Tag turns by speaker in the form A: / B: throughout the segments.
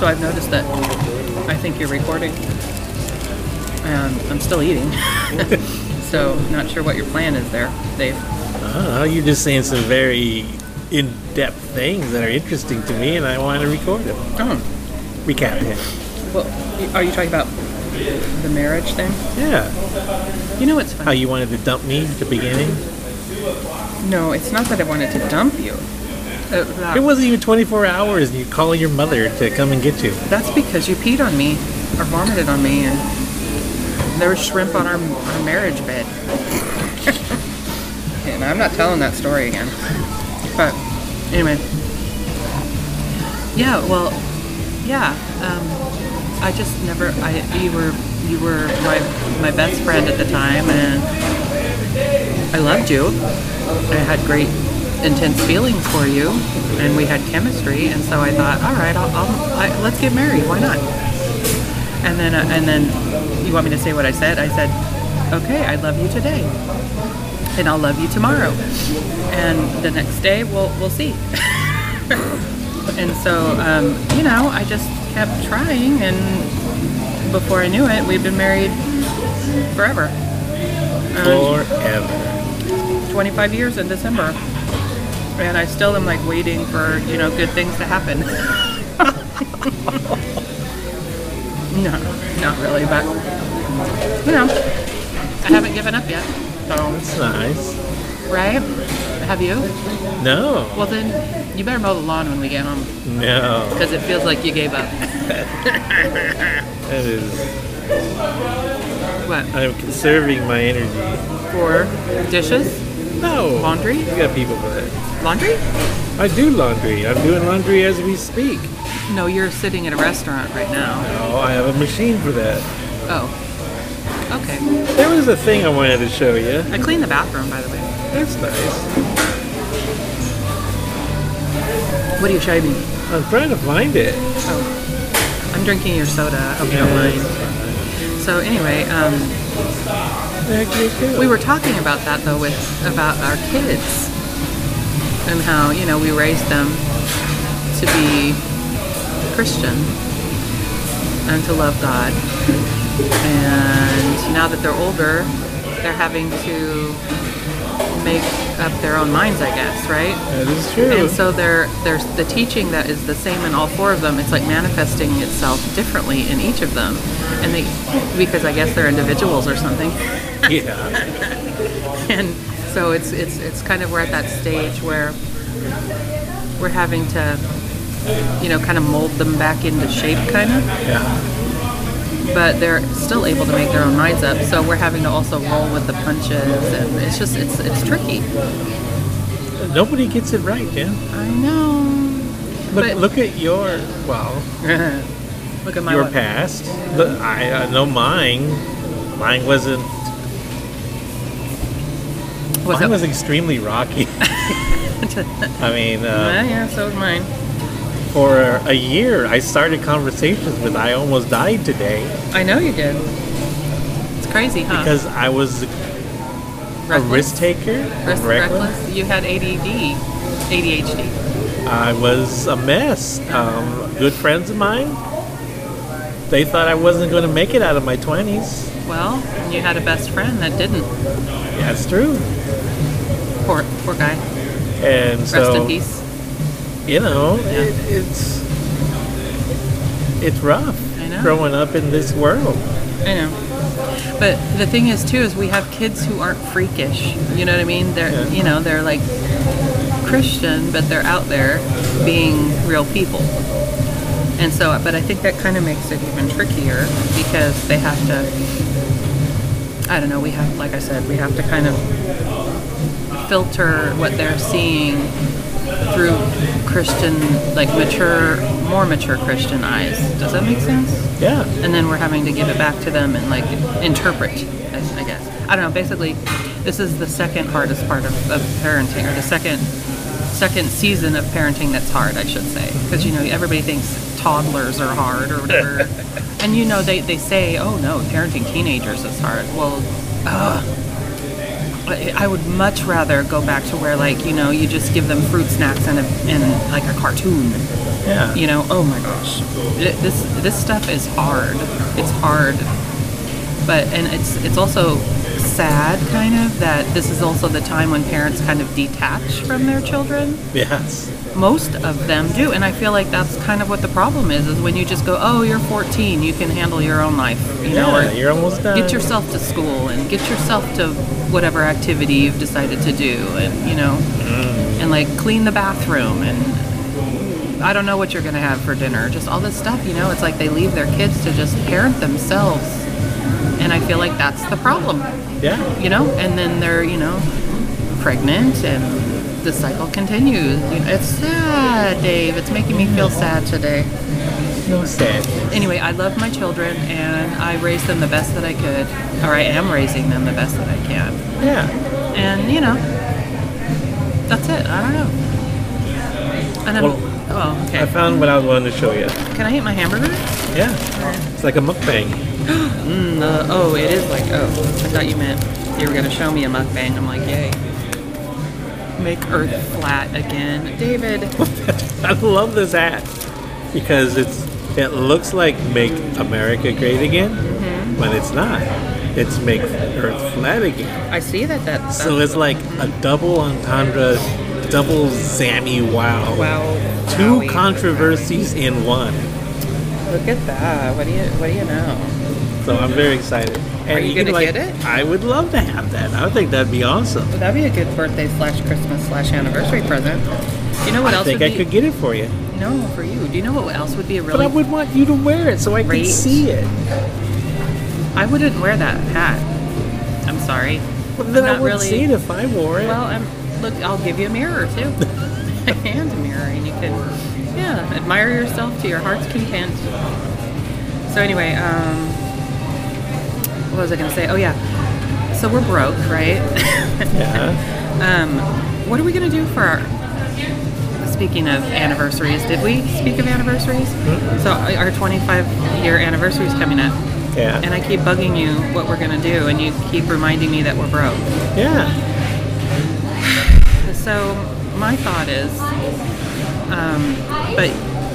A: So I've noticed that I think you're recording. Um, I'm still eating. so not sure what your plan is there, Dave.
B: Oh, you're just saying some very in-depth things that are interesting to me, and I want to record them.
A: Oh,
B: Recap it.
A: well, y- are you talking about the marriage thing?
B: Yeah.
A: You know what's funny?
B: How you wanted to dump me at the beginning?
A: No, it's not that I wanted to dump you. Uh, that-
B: It wasn't even 24 hours, and you call your mother to come and get you.
A: That's because you peed on me or vomited on me, and there was shrimp on our, our marriage bed. and I'm not telling that story again. But anyway, yeah. Well, yeah. Um, I just never. I you were you were my my best friend at the time, and I loved you. I had great intense feelings for you, and we had chemistry. And so I thought, all right, I'll, I'll I, let's get married. Why not? And then, uh, and then, you want me to say what I said? I said, okay, I love you today, and I'll love you tomorrow, and the next day we'll we'll see. and so, um, you know, I just kept trying, and before I knew it, we've been married forever.
B: Forever.
A: 25 years in December, and I still am like waiting for you know good things to happen. no, not really, but you know, I haven't given up yet. So,
B: That's nice.
A: right? Have you?
B: No.
A: Well, then you better mow the lawn when we get home
B: No.
A: because it feels like you gave up.
B: That is...
A: What?
B: I'm conserving my energy.
A: For dishes,
B: No.
A: Laundry?
B: You got people for that.
A: laundry?
B: I do laundry. I'm doing laundry as we speak.
A: No, you're sitting at a restaurant right now.
B: Oh, I have a machine for that.
A: Oh, okay.
B: There was a thing I wanted to show you.
A: I cleaned the bathroom, by the way.
B: That's nice.
A: What do you show me?
B: I'm trying to find it.
A: Oh, I'm drinking your soda. I hope you don't mind. So anyway, um,
B: Where the heck did it go?
A: we were talking about that though with about our kids and how you know we raised them to be Christian and to love God, and now that they're older, they're having to make up their own minds, I guess, right?
B: That is true.
A: And so there, there's the teaching that is the same in all four of them. It's like manifesting itself differently in each of them, and they, because I guess they're individuals or something.
B: yeah.
A: And so it's it's it's kind of we're at that stage where we're having to, you know, kind of mold them back into shape, kind of.
B: Yeah.
A: But they're still able to make their own minds up. So we're having to also roll with the punches, and it's just it's it's tricky.
B: Nobody gets it right, Jen.
A: I know.
B: Look,
A: But-
B: look at your well,
A: Look at my
B: your
A: one.
B: past. Look, I uh, know mine. Mine wasn't.
A: What's
B: mine
A: up?
B: was extremely rocky. I mean, uh,
A: Yeah, yeah, so is mine.
B: for a year, I started conversations with "I almost died today"
A: I know you did. It's crazy, huh?
B: because I was a risk taker,
A: Risk- reckless. You had ADD, ADHD.
B: I was a mess. Um, good friends of mine, they thought I wasn't going to make it out of my 20s.
A: Well, and you had a best friend that didn't.
B: That's true.
A: Poor, poor guy.
B: And
A: Rest
B: so,
A: in peace.
B: you know, it, it's it's rough
A: I know.
B: growing up in this world.
A: I know. But the thing is, too, is we have kids who aren't freakish. You know what I mean? They're,
B: Yeah.
A: you know, they're like Christian, but they're out there being real people. And so, but I think that kind of makes it even trickier because they have to. I don't know. We have, like I said, we have to kind of filter what they're seeing through Christian, like mature, more mature Christian eyes. Does that make sense?
B: Yeah,
A: and then we're having to give it back to them and like interpret i, I guess i don't know basically this is the second hardest part of, of parenting or the second second season of parenting that's hard i should say because you know everybody thinks toddlers are hard or whatever and you know they, they say oh no parenting teenagers is hard well ugh, I I would much rather go back to where, like, you know, you just give them fruit snacks and, a, and like a cartoon.
B: Yeah.
A: You know, oh my gosh, Th- this this stuff is hard. It's hard, but and it's it's also sad, kind of, that this is also the time when parents kind of detach from their children
B: Yes.
A: most of them do and i feel like that's kind of what the problem is is when you just go oh you're 14 you can handle your own life you know
B: Yeah, you're almost
A: or
B: done.
A: get yourself to school and get yourself to whatever activity you've decided to do and you know and like clean the bathroom and i don't know what you're going to have for dinner just all this stuff you know it's like they leave their kids to just parent themselves and i feel like that's the problem
B: Yeah.
A: you know, and then they're, you know, pregnant and the cycle continues. You know, it's sad, Dave. It's making me feel sad today.
B: No sad.
A: Anyway, I love my children and I raised them the best that I could, or I am raising them the best that I can.
B: Yeah.
A: And, you know, that's it. I don't know. And I'm,
B: Well-
A: oh,
B: I
A: okay.
B: found what I wanted to show you.
A: Can I eat my hamburger?
B: Yeah. It's like a mukbang.
A: Mm, uh, oh, it is like, oh, I thought you meant you were going to show me a mukbang. I'm like, yay. Make Earth flat again. David.
B: I love this hat because it's it looks like Make America Great Again,
A: Mm-hmm.
B: but it's not. It's Make Earth Flat Again.
A: I see that that
B: So
A: that-
B: it's like a double entendre, double zammy wow.
A: wow.
B: Two
A: wowie.
B: controversies in one.
A: Look at that. What do you What do you know?
B: So I'm very excited.
A: Are
B: And
A: you
B: can,
A: gonna
B: like,
A: get it?
B: I would love to have that. I think that'd be awesome.
A: Well, that'd be a good birthday slash Christmas slash anniversary present. You know what
B: I
A: else
B: think
A: would
B: I
A: be
B: could get it for you.
A: no for you? Do you know what else would be a
B: But I
A: really?
B: would want you to wear it so I
A: Great.
B: could see it.
A: I wouldn't wear that hat. I'm sorry.
B: Well, then
A: I'm
B: I
A: not
B: wouldn't
A: really-
B: see it if I wore it.
A: Well, I'm look. I'll give you a mirror too, a hand mirror, and you can yeah admire yourself to your heart's content. So anyway, um, what was I gonna say? Oh yeah. So we're broke, right?
B: yeah.
A: Um, what are we going to do for our? Speaking of anniversaries, did we speak of anniversaries? So uh, our 25 year anniversary is coming up,
B: Yeah.
A: and I keep bugging you what we're going to do, and you keep reminding me that we're broke.
B: yeah.
A: So my thought is, um, but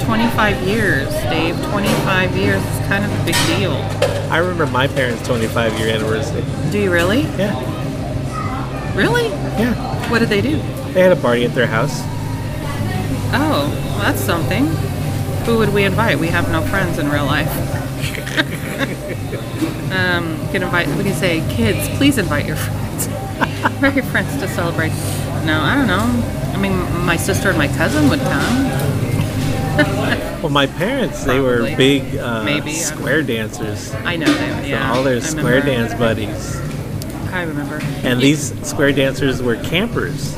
A: 25 years, Dave, 25 years is kind of a big deal.
B: I remember my parents' 25 year anniversary.
A: Do you really?
B: Yeah.
A: Really?
B: Yeah.
A: What did they do?
B: They had a party at their house.
A: Oh, well, that's something. Who would we invite? We have no friends in real life. um, can invite. We can say, kids, please invite your friends, invite your friends to celebrate. No, I don't know. I mean, my sister and my cousin would come.
B: Well, my parents, they
A: Probably.
B: were big uh,
A: Maybe, I don't
B: square dancers.
A: I know they would.
B: So
A: Yeah,
B: all
A: I
B: their square
A: remember.
B: dance buddies.
A: I remember.
B: And these square dancers were campers.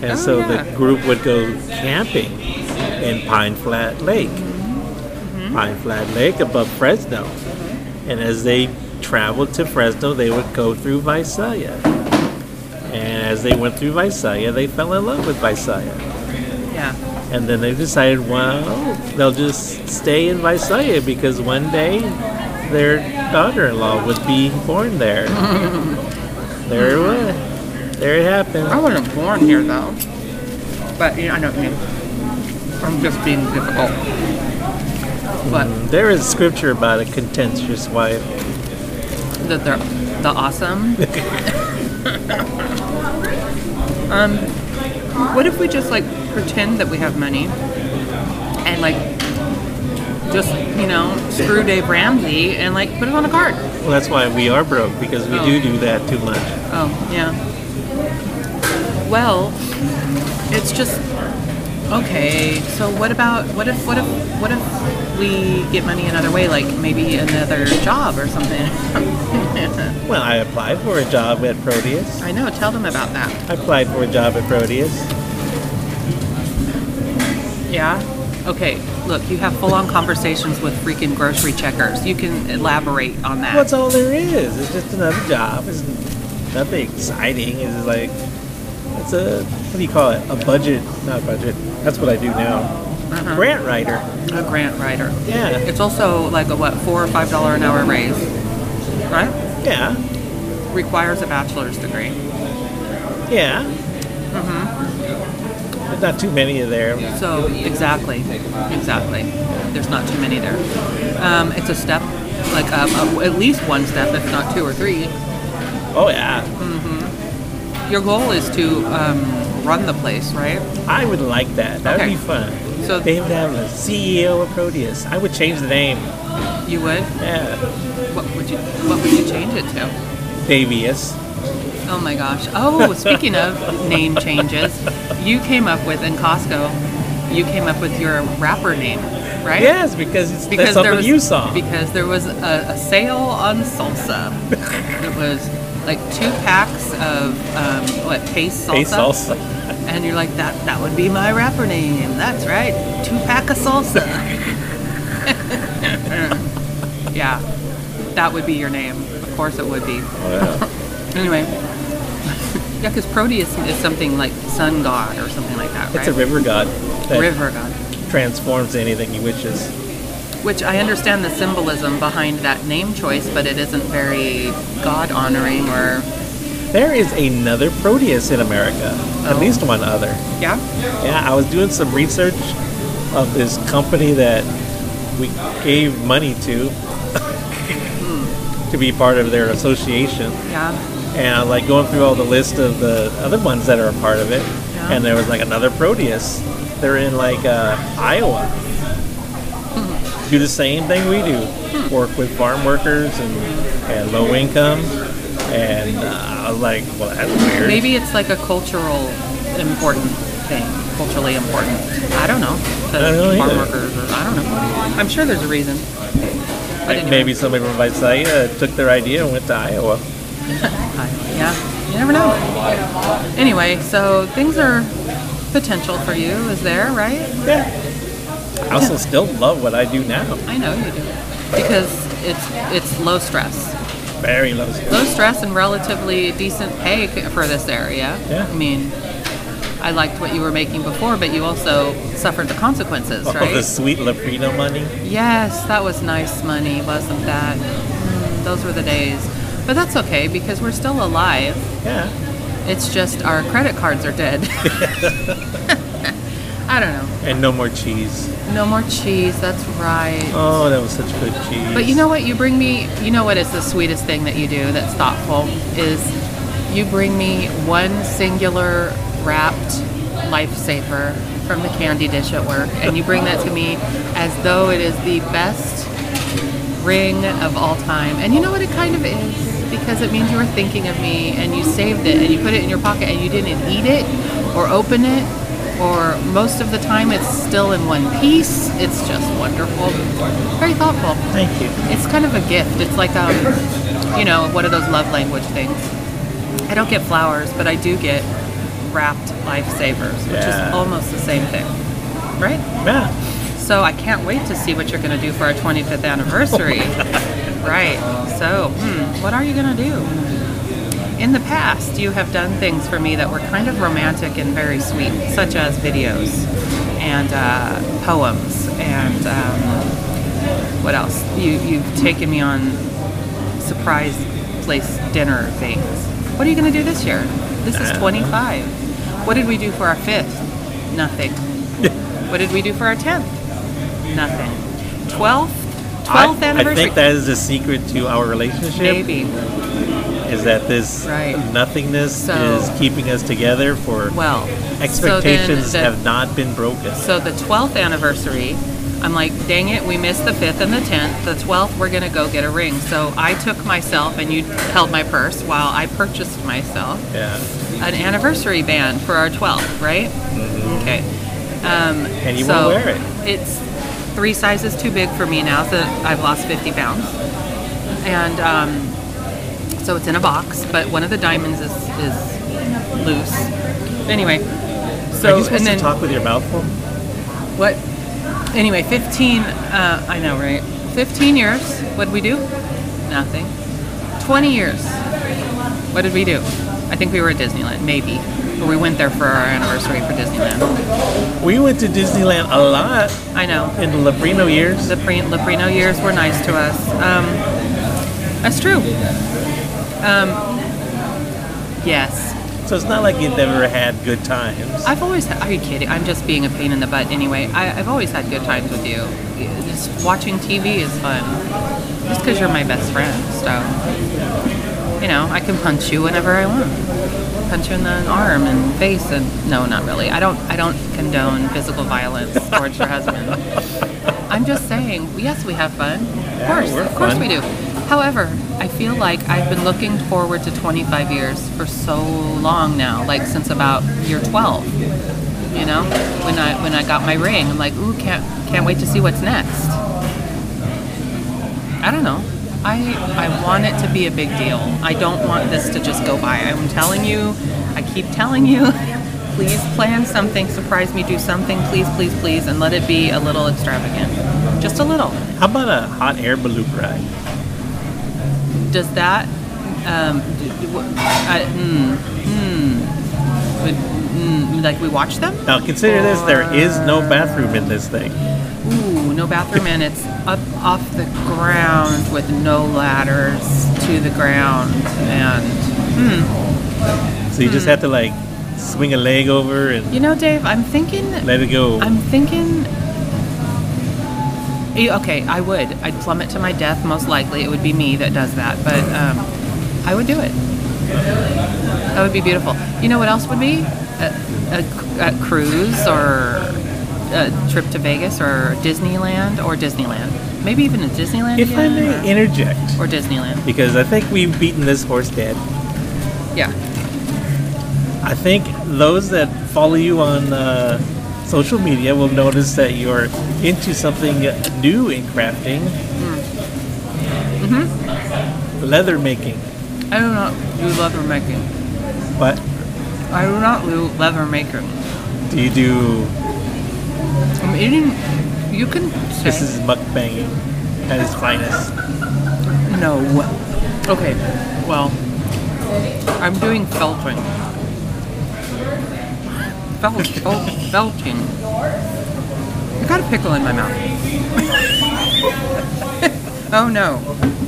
B: And
A: Oh,
B: so
A: yeah.
B: the group would go camping in Pine Flat Lake.
A: Mm-hmm.
B: Pine Flat Lake above Fresno. And as they traveled to Fresno, they would go through Visalia. And as they went through Visalia, they fell in love with Visalia.
A: Yeah,
B: And then they decided, well, they'll just stay in Visalia because one day their daughter in law would be born there. there it was. There it happened.
A: I wasn't born here though, but you know, I know what you mean. I'm just being difficult. But
B: There is scripture about a contentious wife.
A: that they're the awesome. um, what if we just like pretend that we have money and like just you know screw Dave Ramsey and like put it on a card?
B: Well, that's why we are broke because we
A: Oh.
B: do do that too much.
A: Oh yeah. Well, it's just okay. So what about what if what if what if we get money another way, like maybe another job or something?
B: Well, I applied for a job at Proteus.
A: I know. Tell them about that.
B: I applied for a job at Proteus.
A: Yeah. Okay. Look, you have full-on conversations with freaking grocery checkers. You can elaborate on that.
B: That's all there is. It's just another job. It's nothing exciting. It's just like it's a what do you call it? A budget, not budget. That's what I do now.
A: Uh-huh.
B: Grant writer.
A: a grant writer.
B: Yeah,
A: It's also like a what, four or five dollar an hour raise, right?
B: yeah.
A: Requires a bachelor's degree.
B: Yeah.
A: Uh-huh.
B: There's not too many of there.
A: So exactly, exactly. There's not too many there. Um, it's a step, like um, uh, at least one step, if not two or three.
B: Oh yeah,
A: Your goal is to um, run the place, right?
B: I would like that. That would
A: Okay.
B: be fun.
A: So-
B: they would have a CEO of Proteus. I would change the name.
A: You would.
B: Yeah,
A: What would you What would you change it to?
B: Davius.
A: Oh my gosh. Oh, speaking of name changes, you came up with in Costco. You came up with your rapper name, right?
B: Yes, because it's that's something
A: was,
B: you saw.
A: Because there was a, a sale on salsa. it was like two packs of um, what paste salsa.
B: Hey, salsa.
A: And you're like that. That would be my rapper name. That's right. Two pack of salsa. yeah, that would be your name. Of course, it would be. Anyway. Yeah, because Proteus is something like sun god or something like that, right?
B: It's a river god that
A: river god.
B: transforms anything he wishes.
A: Which I understand the symbolism behind that name choice, but it isn't very God honoring or.
B: There is another Proteus in America. At
A: Oh.
B: least one other.
A: Yeah?
B: Yeah, I was doing some research of this company that we gave money to to be part of their association,
A: Yeah.
B: and I was like going through all the list of the other ones that are a part of it,
A: Yeah.
B: and there was like another Proteus. They're in like uh, Iowa. Do the same thing we do. Work with farm workers and, and low income. And uh, I was like, well, that's weird.
A: Maybe it's like a cultural important thing, culturally important. I don't know. To
B: I don't know
A: farm
B: either.
A: workers, or, I don't know. I'm sure there's a reason. But
B: Like, maybe somebody from Visalia took their idea and went to Iowa.
A: I- yeah, you never know. Anyway, so things are potential for you, is there, right?
B: Yeah. I also still love what I do now.
A: I know you do. Because it's it's low stress.
B: Very low stress.
A: low stress and relatively decent pay c- for this area.
B: Yeah.
A: I mean, I liked what you were making before, but you also suffered the consequences,
B: All
A: right?
B: the sweet Laprino money.
A: Yes, that was nice money, wasn't that? Mm, those were the days. But that's okay because we're still alive.
B: Yeah.
A: It's just our credit cards are dead. I don't know.
B: And no more cheese.
A: No more cheese, that's right.
B: Oh, that was such good cheese.
A: But you know what? You bring me. You know what is the sweetest thing that you do that's thoughtful is you bring me one singular wrapped lifesaver from the candy dish at work, and you bring that to me as though it is the best ring of all time. And you know what? It kind of is because it means you were thinking of me, and you saved it, and you put it in your pocket, and you didn't eat it or open it. Or most of the time, it's still in one piece. It's just wonderful. Very thoughtful.
B: Thank you.
A: It's kind of a gift. It's like um, you know, one of those love language things. I don't get flowers, but I do get wrapped lifesavers, which
B: Yeah.
A: is almost the same thing, right?
B: Yeah.
A: So I can't wait to see what you're going to do for our 25th anniversary. right. So, hmm, what are you going to do? In the past, you have done things for me that were kind of romantic and very sweet, such as videos and uh, poems and um, what else? You, you've taken me on surprise place dinner things. What are you going to do this year? This
B: Uh,
A: is 25. What did we do for our fifth? Nothing. what did we do for our 10th? Nothing. 12th? 12th
B: I, I
A: anniversary?
B: think that is the secret to our relationship
A: Maybe.
B: is that this
A: Right.
B: nothingness
A: So-
B: is keeping us together for
A: Well,
B: expectations
A: so then the-
B: have not been broken.
A: So the 12th anniversary, I'm like, dang it, we missed the 5th and the 10th. The 12th, we're going to go get a ring. So I took myself and you held my purse while I purchased myself
B: Yeah.
A: an anniversary band for our 12th, right?
B: Mm-hmm.
A: Okay. Um,
B: And you
A: so
B: won't wear it.
A: It's three sizes too big for me now that I've lost 50 pounds. And um, so it's in a box, but one of the diamonds is, is loose. Anyway, so
B: Are you supposed
A: and then
B: to talk with your mouth full?
A: what? Anyway, 15, uh, I know, right? 15 years, what'd we do? Nothing. 20 years, what did we do? I think we were at Disneyland, maybe. Or we went there for our anniversary for Disneyland.
B: We went to Disneyland a lot
A: I know.
B: in the Laprino years.
A: The pre- Laprino years were nice to us. Um, that's true. Um, yes.
B: So it's not like you've never had good times.
A: I've always. Had, are you kidding? I'm just being a pain in the butt anyway. I, I've always had good times with you. Just watching TV is fun. Just because you're my best friend, so you know I can punch you whenever I want. Punch you in the arm and face, and no, not really. I don't. I don't condone physical violence towards your husband. I'm just saying. Yes, we have fun. Of
B: Yeah,
A: course,
B: we're
A: of course
B: fun.
A: we do. However, I feel like I've been looking forward to 25 years for so long now, like since about year 12 you know when i when i got my ring i'm like ooh can't can't wait to see what's next i don't know i i want it to be a big deal i don't want this to just go by i'm telling you i keep telling you please plan something surprise me do something please please please and let it be a little extravagant just a little
B: How about a hot air balloon ride?
A: does that um, d- d- wh- I, mm, mm, would, mm, like we watch them
B: Now consider this: there is no bathroom in this thing.
A: Ooh, no bathroom, and it's up off the ground with no ladders to the ground. And
B: So you just
A: Hmm.
B: have to like swing a leg over and
A: you know, Dave, I'm thinking,
B: let it go.
A: I'm thinking. Eh, Okay, I would. I'd plummet to my death, most likely. It would be me that does that, but um, I would do it. That would be beautiful. You know what else would be? A, a, a cruise or a trip to Vegas or Disneyland or Disneyland. Maybe even a Disneyland.
B: if I
A: again, or-
B: may interject,
A: or Disneyland.
B: because I think we've beaten this horse dead.
A: Yeah.
B: I think those that follow you on uh, social media will notice that you're into something new in crafting.
A: Mm-hmm.
B: Leather making,
A: I do not do leather making.
B: but
A: I do not do leather making.
B: do you do?
A: I'm eating. You can say
B: This is mukbanging at its finest.
A: no. Okay. Well, I'm doing felching. Fel- fel- felching. I got a pickle in my mouth. oh no.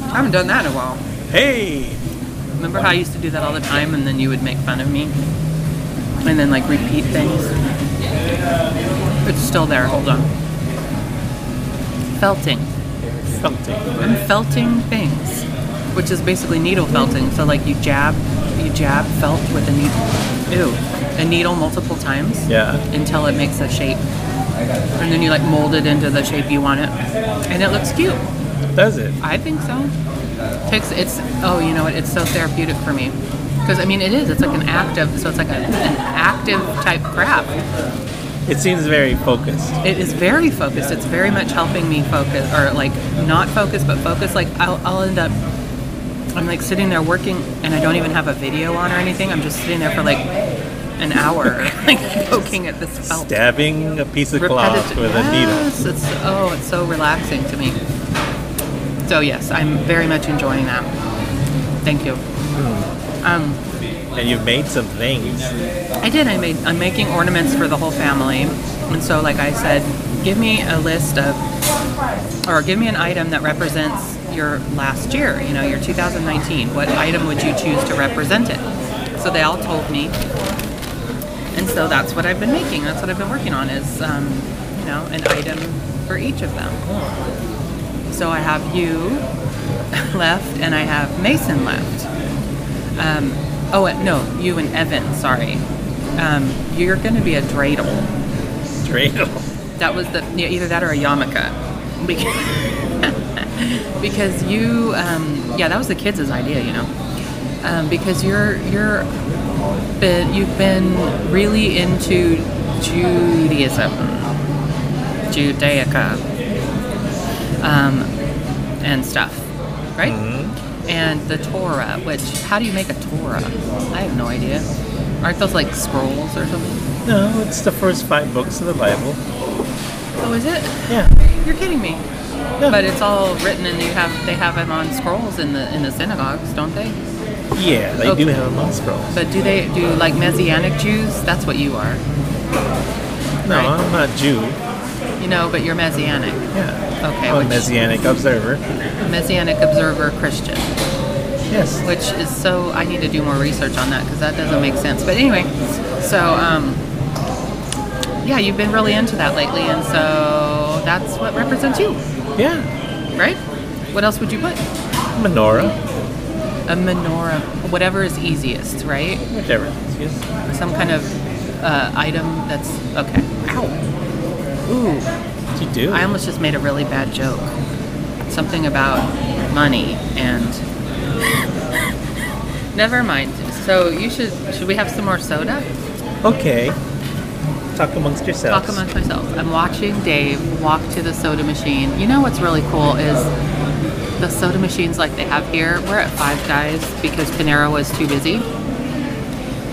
A: I haven't done that in a while.
B: Hey,
A: Remember how I used to do that all the time and then you would make fun of me? And then like repeat things? It's still there, hold on. Felting.
B: something.
A: I'm felting things, which is basically needle felting. So like you jab, you jab felt with a needle, ew, a needle multiple times
B: Yeah.
A: until it makes a shape. And then you like mold it into the shape you want it. And it looks cute.
B: Does it?
A: I think so. Takes it's oh you know what it's so therapeutic for me because I mean it is it's like an active so it's like a, an active type craft.
B: It seems very focused.
A: It is very focused. It's very much helping me focus or like not focus but focus. Like I'll, I'll end up I'm like sitting there working and I don't even have a video on or anything. I'm just sitting there for like an hour like poking at this felt.
B: Stabbing a piece of cloth
A: Oh. Repetitive-
B: with a needle.
A: Yes, it's oh, it's so relaxing to me. So yes, I'm very much enjoying that. Thank you. Um,
B: And you've made some things.
A: I did. I made. I'm making ornaments for the whole family, and so like I said, give me a list of, or give me an item that represents your last year. You know, your 2019. What item would you choose to represent it? So they all told me, and so that's what I've been making. That's what I've been working on is, um, you know, an item for each of them. So I have you left, and I have Mason left. Um, oh, uh, no, you and Evan, sorry. Um, you're going to be a dreidel.
B: Dreidel.
A: That was the, yeah, either that or a yarmulke. Because, because you, um, yeah, that was the kids' idea, you know. Um, because you're, you're, been, you've been really into Judaism, Judaica, um, and stuff, right? and the Torah, which how do you make a Torah? I have no idea. Aren't those like scrolls or something?
B: No, it's the first five books of the Bible.
A: Oh, is it?
B: Yeah.
A: You're kidding me. But it's all written, and you have they have them on scrolls in the in the synagogues, don't they?
B: Yeah, they do
A: Okay.
B: have a moss scroll.
A: But do they do like Messianic Jews? That's what you are,
B: No,
A: right.
B: I'm not Jew.
A: you know. But you're Messianic.
B: Yeah.
A: Okay,
B: I'm a
A: which-
B: Messianic observer.
A: Messianic observer Christian.
B: Yes.
A: which is so I need to do more research on that because that doesn't make sense. But anyway, so um, yeah, you've been really into that lately, and so that's what represents you,
B: Yeah.
A: right? What else would you put?
B: Menorah.
A: A menorah, whatever is easiest, right?
B: Whatever. it is, yes.
A: Some kind of uh, item that's okay.
B: Ow.
A: Ooh,
B: What you do?
A: I almost just made a really bad joke. Something about money and. Never mind. So you should. Should we have some more soda?
B: okay. Talk amongst yourselves.
A: Talk amongst myself. I'm watching Dave walk to the soda machine. You know what's really cool is the soda machines like they have here. We're at Five Guys because Panera was too busy.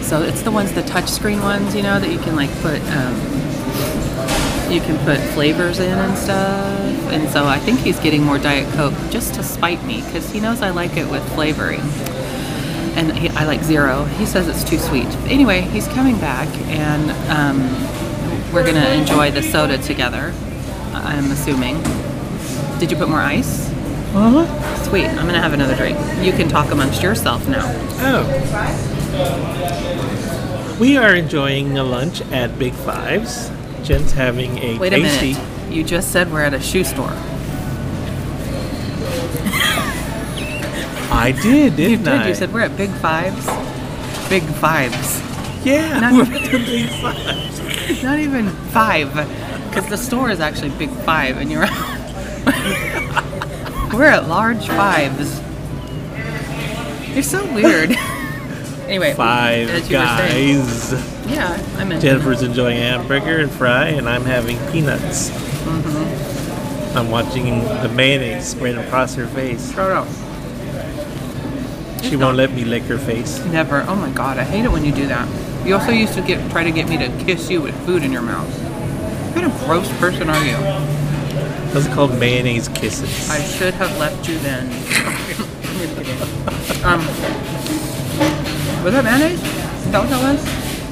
A: So it's the ones, the touchscreen ones, you know, that you can like put, um, you can put flavors in and stuff. And so I think he's getting more Diet Coke just to spite me because he knows I like it with flavoring and he, I like zero. He says it's too sweet. Anyway, he's coming back, and um, we're gonna enjoy the soda together. uh, I'm assuming. Did you put more ice?
B: Uh-huh.
A: Sweet. I'm gonna have another drink. You can talk amongst yourself now.
B: Oh. We are enjoying a lunch at Big Fives. Jen's having a
A: Wait a
B: tasty.
A: minute. You just said we're at a shoe store.
B: I did, didn't
A: You did.
B: I?
A: You said we're at Big Fives. Big Fives.
B: yeah.
A: Not-
B: we're at the Big Fives.
A: Not even five, because the store is actually Big Five, and you're. We're at large fives. You're so weird. anyway,
B: Five
A: were saying-
B: guys.
A: yeah, I meant.
B: Jennifer's enjoying a hamburger and fry, and I'm having peanuts.
A: Mm-hmm.
B: I'm watching the mayonnaise spread across her face.
A: Shut up.
B: She won't let me lick her face.
A: Never. Oh my god, I hate it when you do that. You also used to get try to get me to kiss you with food in your mouth. What kind of gross person are you?
B: Those are called mayonnaise kisses.
A: I should have left you then. You're kidding. um, was that mayonnaise? Is that what that was?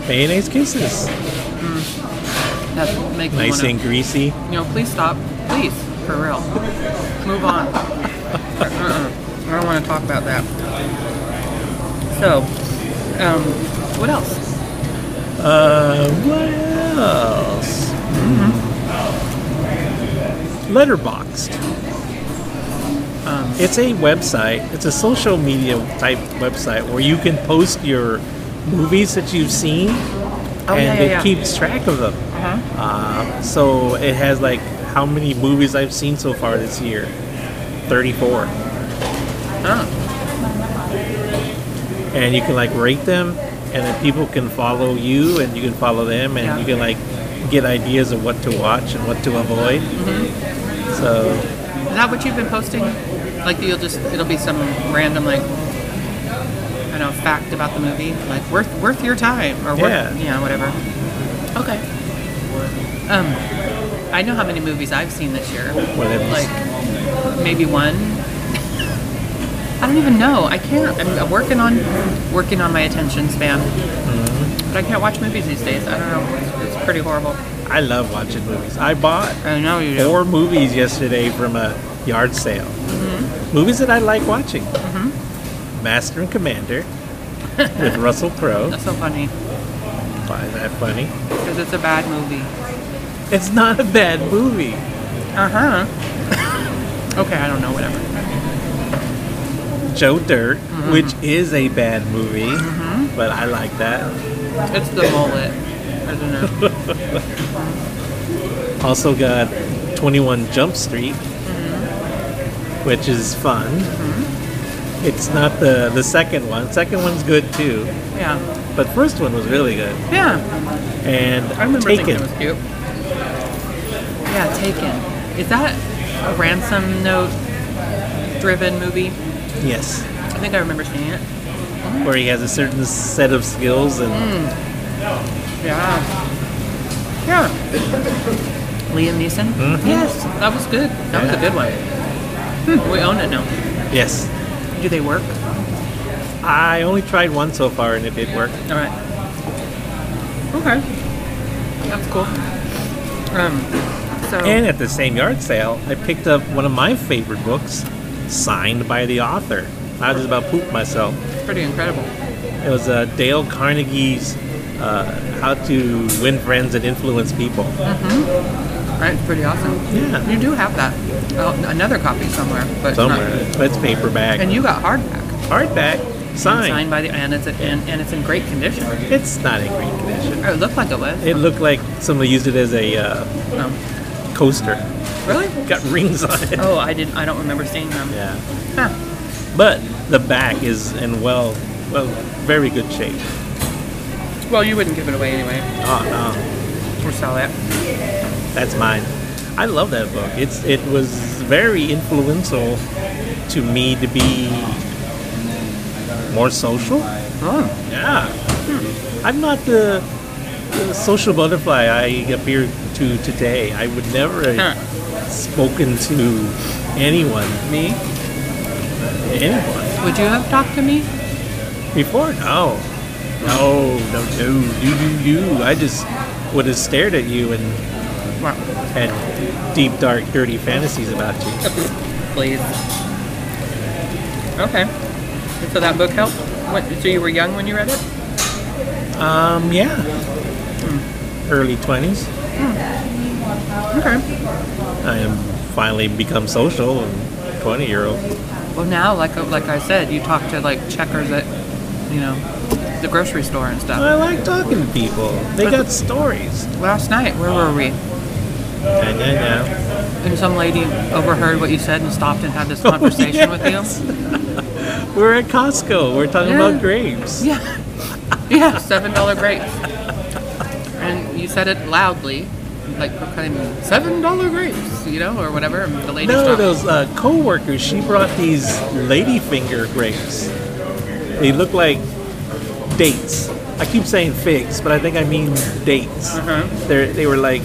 B: Mayonnaise kisses.
A: That makes me
B: Nice
A: wanna-
B: and greasy.
A: You know, please stop. Please, for real. Move on. Uh-uh. I don't want to talk about that. So, um, what else?
B: Uh, what else?
A: Mm-hmm.
B: Letterboxed.
A: Um,
B: It's a website. It's a social media type website where you can post your movies that you've seen,
A: Oh, yeah,
B: and
A: yeah,
B: it
A: yeah.
B: keeps track of them.
A: uh-huh.
B: Uh, so it has like how many movies I've seen so far this year? 34.
A: Oh,
B: And you can like rate them, and then people can follow you, and you can follow them, and
A: Yeah.
B: you can like get ideas of what to watch and what to avoid.
A: Mm-hmm.
B: So
A: is that what you've been posting? Like, you'll just, it'll be some random, like, I don't know, fact about the movie. Like, worth worth your time. Or worth,
B: Yeah.
A: yeah, whatever. Okay. Um, I know how many movies I've seen this year.
B: what it was.
A: like maybe one. I don't even know. I can't. I'm working on working on my attention span, but I can't watch movies these days. I don't know. It's, it's pretty horrible.
B: I love watching movies. I bought
A: I know you do.
B: four movies yesterday from a yard sale.
A: Mm-hmm.
B: Movies that I like watching. Master and Commander with Russell Crowe.
A: That's so funny
B: Why is that funny?
A: because it's a bad movie.
B: It's not a bad movie.
A: Uh huh. Uh-huh. okay, I don't know. Whatever.
B: Joe Dirt, which is a bad movie, but I like that.
A: It's the mullet. I don't know.
B: Also got 21 Jump Street, which is fun. It's not the the second one. Second one's good too,
A: Yeah.
B: but first one was really good.
A: Yeah.
B: And
A: I remember thinking it
B: Taken.
A: was cute. Yeah, Taken. Is that a ransom note driven movie?
B: Yes,
A: I think I remember seeing it.
B: where he has a certain set of skills and
A: Yeah. Yeah. Liam Neeson? Yes, that was good. That was a good one. Hmm, We own it now.
B: yes.
A: Do they work?
B: I only tried one so far and it did work.
A: All right. Okay. That's cool. Um, so.
B: And at the same yard sale, I picked up one of my favorite books, signed by the author. I just about pooped myself.
A: It's pretty incredible.
B: It was uh, Dale Carnegie's uh, How to Win Friends and Influence People.
A: Right? It's pretty awesome.
B: Yeah.
A: You do have that. Oh, another copy somewhere, but
B: Somewhere.
A: Not,
B: But it's paperback.
A: and you got hardback.
B: Hardback,
A: And
B: signed.
A: signed by the and it's a, and, and it's in great condition.
B: It's not in great condition.
A: Or it looked like it was.
B: It looked like somebody used it as a uh,
A: No.
B: coaster.
A: Really?
B: Got rings on it.
A: Oh, I didn't. I don't remember seeing them.
B: Yeah.
A: Huh.
B: But the back is in well, well, very good shape.
A: Well, you wouldn't give it away anyway
B: Oh
A: or sell it.
B: no, that's mine. I love that book. It's it was very influential to me to be more social.
A: Oh,
B: Yeah, I'm not the, the social butterfly I appear to today. I would never have spoken to anyone,
A: me?
B: anyone
A: Would you have talked to me?
B: before. No, no, no, no, you, you, you. I just would have stared at you and
A: Well,
B: had deep, dark, dirty fantasies about you.
A: please. Okay. So that book helped. What, so you were young when you read it?
B: Um, yeah. Early 20s.
A: Okay.
B: I am finally become social and 20 year old.
A: Well, now, like uh, like I said, you talk to like checkers at, you know, the grocery store and stuff.
B: I like talking to people. They got stories.
A: Last night, where were we?
B: Yeah, yeah,
A: And some lady overheard what you said and stopped and had this
B: Oh,
A: conversation
B: yes.
A: with
B: yeah. We're at Costco. We're talking
A: Yeah.
B: about grapes.
A: you. Yeah. Yeah. Seven dollar grapes. And you said it loudly, like proclaiming seven dollar grapes, you know, or whatever. And the lady
B: No,
A: stopped.
B: those uh, co-workers, she brought these ladyfinger grapes. They look like dates. I keep saying figs, but I think I mean dates.
A: Uh-huh.
B: They're, they were like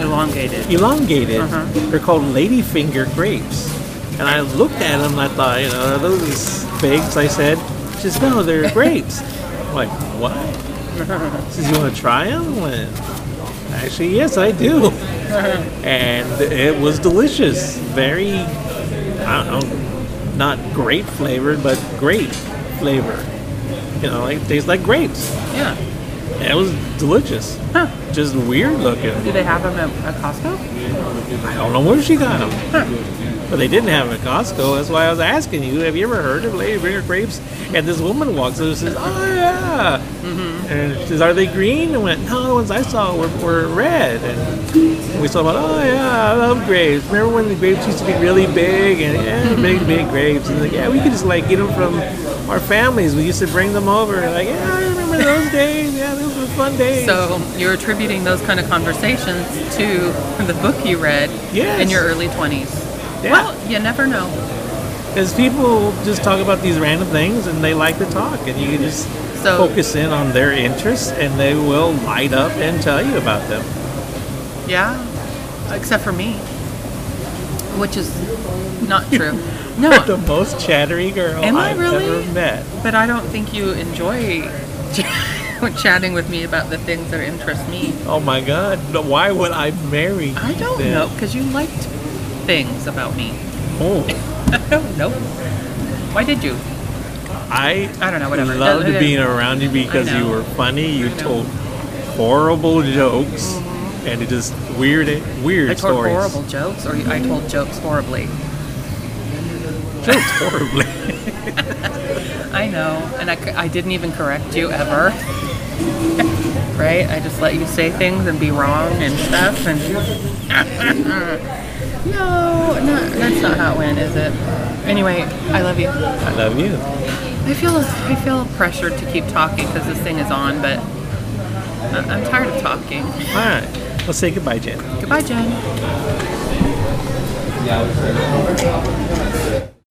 A: Elongated.
B: elongated.
A: Uh-huh.
B: They're called ladyfinger grapes. And I looked at them and I thought, you know, are those figs? I said, she says, no, they're grapes. I'm like, what? She says, you want to try them? I went, Actually, yes, I do.
A: Uh-huh.
B: and it was delicious. Very, I don't know, not grape flavored, but grape flavor. You know, like tastes like grapes.
A: Yeah.
B: And it was delicious.
A: Huh.
B: Just weird looking.
A: Do they have them at, at Costco?
B: I don't know where she got them. But they didn't have it at Costco. That's why I was asking you, have you ever heard of Lady Bringer grapes? And this woman walks over and says, oh, yeah. And she says, are they green? And went, no, the ones I saw were, were red. And we saw about, oh, yeah, I love grapes. Remember when the grapes used to be really big and yeah, big, big grapes? And like, yeah, we could just like get them from our families. We used to bring them over. And like, yeah, I remember those days. Yeah, those were fun days.
A: So you're attributing those kind of conversations to the book you read
B: Yes.
A: in your early 20s.
B: Yeah.
A: Well, you never know.
B: Because people just talk about these random things and they like to talk, and you can just
A: So-
B: focus in on their interests and they will light up and tell you about them.
A: Yeah, except for me, which is not true. No,
B: The most chattery girl
A: Am I
B: I've
A: really?
B: ever met.
A: but I don't think you enjoy ch- chatting with me about the things that interest me.
B: Oh my god, no, why would I marry
A: I don't
B: them?
A: know, because you liked things about me.
B: Oh,
A: I don't know. Why did you?
B: I
A: I don't know, whatever.
B: loved
A: Doesn't-
B: being around you because
A: I
B: you
A: know.
B: were funny, you
A: I know.
B: told horrible jokes, and it just weird, weird
A: I told
B: stories.
A: horrible jokes, or I told jokes horribly.
B: Jokes horribly.
A: I know, and I, c- I didn't even correct you ever. right? I just let you say things and be wrong and stuff, and no, no, that's not how it went, is it? Anyway, I love you.
B: I love you.
A: I feel I feel pressured to keep talking because this thing is on, but I- I'm tired of talking.
B: All right, let's say goodbye, Jen.
A: Goodbye, Jen.